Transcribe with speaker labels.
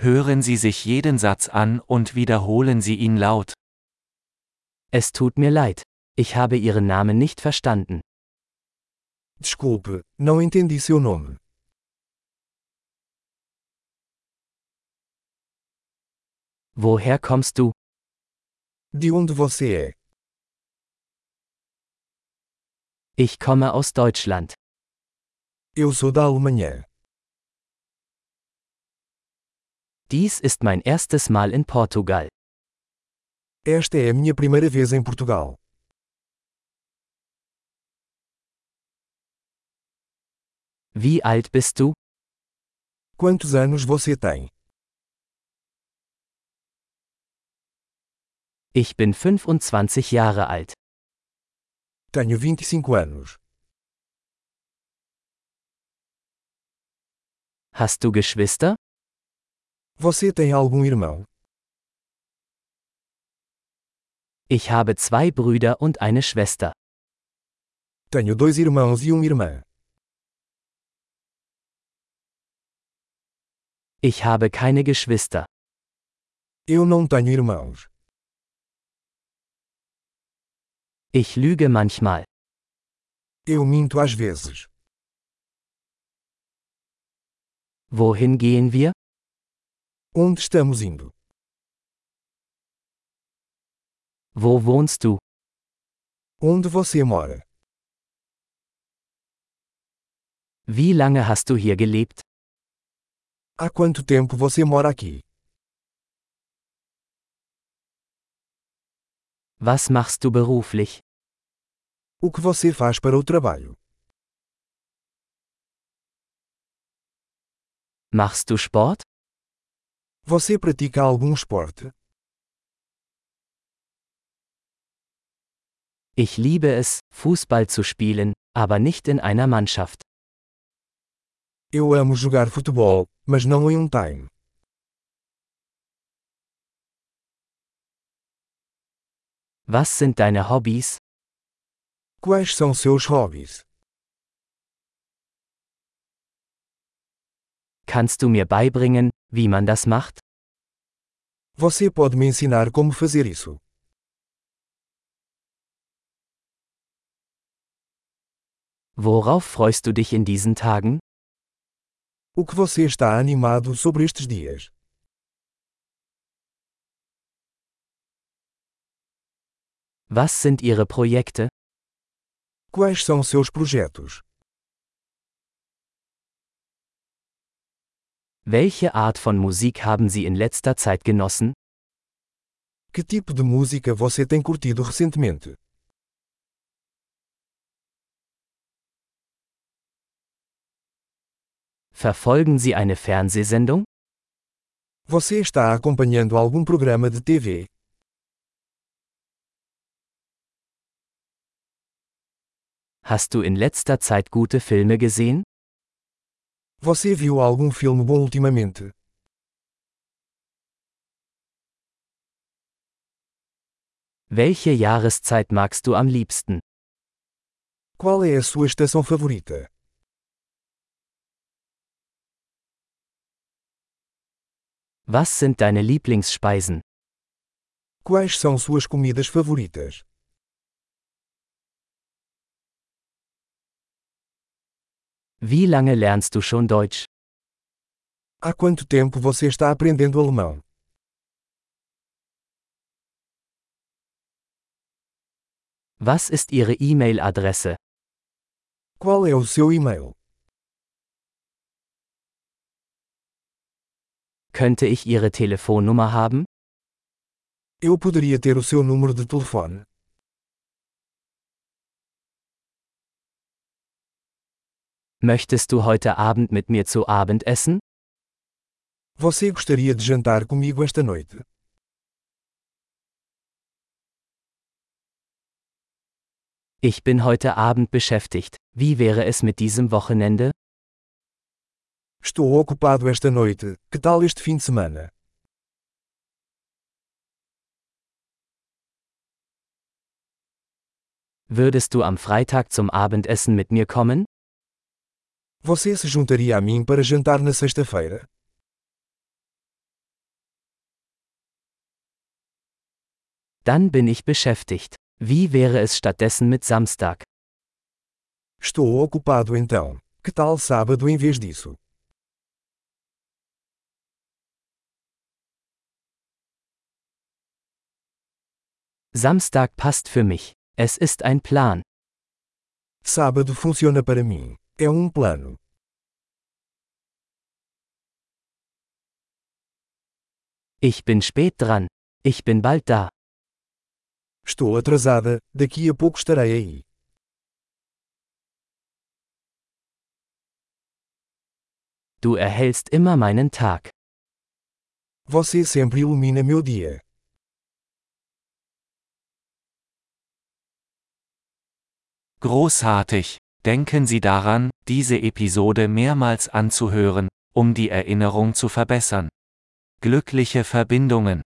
Speaker 1: Hören Sie sich jeden Satz an und wiederholen Sie ihn laut.
Speaker 2: Es tut mir leid. Ich habe Ihren Namen nicht verstanden.
Speaker 3: Desculpe, não entendi seu nome.
Speaker 2: Woher kommst du?
Speaker 3: De onde você é?
Speaker 2: Ich komme aus Deutschland.
Speaker 3: Eu sou da Alemanha.
Speaker 2: Dies ist mein erstes Mal in Portugal.
Speaker 3: Esta é a minha primeira vez em Portugal.
Speaker 2: Wie alt bist du?
Speaker 3: Quantos anos você tem?
Speaker 2: Ich bin 25 Jahre alt.
Speaker 3: Tenho 25 anos.
Speaker 2: Hast du Geschwister?
Speaker 3: Você tem algum irmão?
Speaker 2: Ich habe zwei Brüder und eine Schwester.
Speaker 3: Tenho dois irmãos e uma irmã.
Speaker 2: Ich habe keine Geschwister.
Speaker 3: Eu não tenho irmãos.
Speaker 2: Ich lüge manchmal.
Speaker 3: Eu minto às vezes.
Speaker 2: Wohin gehen wir?
Speaker 3: Onde estamos indo?
Speaker 2: Wo wohnst du?
Speaker 3: Onde você mora?
Speaker 2: Wie lange hast du hier gelebt?
Speaker 3: Há quanto tempo você mora aqui?
Speaker 2: Was machst du beruflich?
Speaker 3: O que você faz para o trabalho?
Speaker 2: Machst du Sport?
Speaker 3: Você pratica algum esporte?
Speaker 2: Ich liebe es, Fußball zu spielen, aber nicht in einer Mannschaft.
Speaker 3: Eu amo jogar futebol, mas não em um time.
Speaker 2: Was sind deine Hobbys?
Speaker 3: Quais são seus hobbies?
Speaker 2: Kannst du mir beibringen, wie man das macht?
Speaker 3: Você pode me ensinar como fazer isso?
Speaker 2: Worauf freust du dich in diesen Tagen?
Speaker 3: O que você está animado sobre estes dias?
Speaker 2: Was sind ihre Projekte?
Speaker 3: Quais são seus projetos?
Speaker 2: Welche Art von Musik haben sie in letzter Zeit genossen?
Speaker 3: Que tipo de música você tem curtido recentemente?
Speaker 2: Verfolgen sie eine Fernsehsendung?
Speaker 3: Você está acompanhando algum programa de TV?
Speaker 2: Hast du in letzter Zeit gute Filme gesehen?
Speaker 3: Você viu algum filme bom ultimamente?
Speaker 2: Welche Jahreszeit magst du am liebsten?
Speaker 3: Qual é a sua estação favorita?
Speaker 2: Was sind deine Lieblingsspeisen?
Speaker 3: Quais são suas comidas favoritas?
Speaker 2: Wie lange lernst du schon Deutsch?
Speaker 3: Há quanto tempo você está aprendendo alemão?
Speaker 2: Was ist ihre E-Mail-Adresse?
Speaker 3: Qual é o seu e-mail?
Speaker 2: Könnte ich ihre Telefonnummer haben?
Speaker 3: Eu poderia ter o seu número de telefone?
Speaker 2: Möchtest du heute Abend mit mir zu Abend essen?
Speaker 3: Você gostaria de jantar comigo esta noite?
Speaker 2: Ich bin heute Abend beschäftigt. Wie wäre es mit diesem Wochenende?
Speaker 3: Estou ocupado esta noite, que tal este fim de semana?
Speaker 2: Würdest du am Freitag zum Abendessen mit mir kommen?
Speaker 3: Você se juntaria a mim para jantar na sexta-feira?
Speaker 2: Dann bin ich beschäftigt. Wie wäre es stattdessen mit Samstag?
Speaker 3: Estou ocupado então. Que tal sábado em vez disso?
Speaker 2: Samstag passt für mich. Es ist ein Plan.
Speaker 3: Sábado funciona para mim. É um plano.
Speaker 2: Ich bin spät dran. Ich bin bald da.
Speaker 3: Estou atrasada, daqui a pouco estarei aí.
Speaker 2: Du erhellst immer meinen Tag.
Speaker 3: Você sempre ilumina meu dia.
Speaker 1: Großartig! Denken Sie daran, diese Episode mehrmals anzuhören, um die Erinnerung zu verbessern. Glückliche Verbindungen!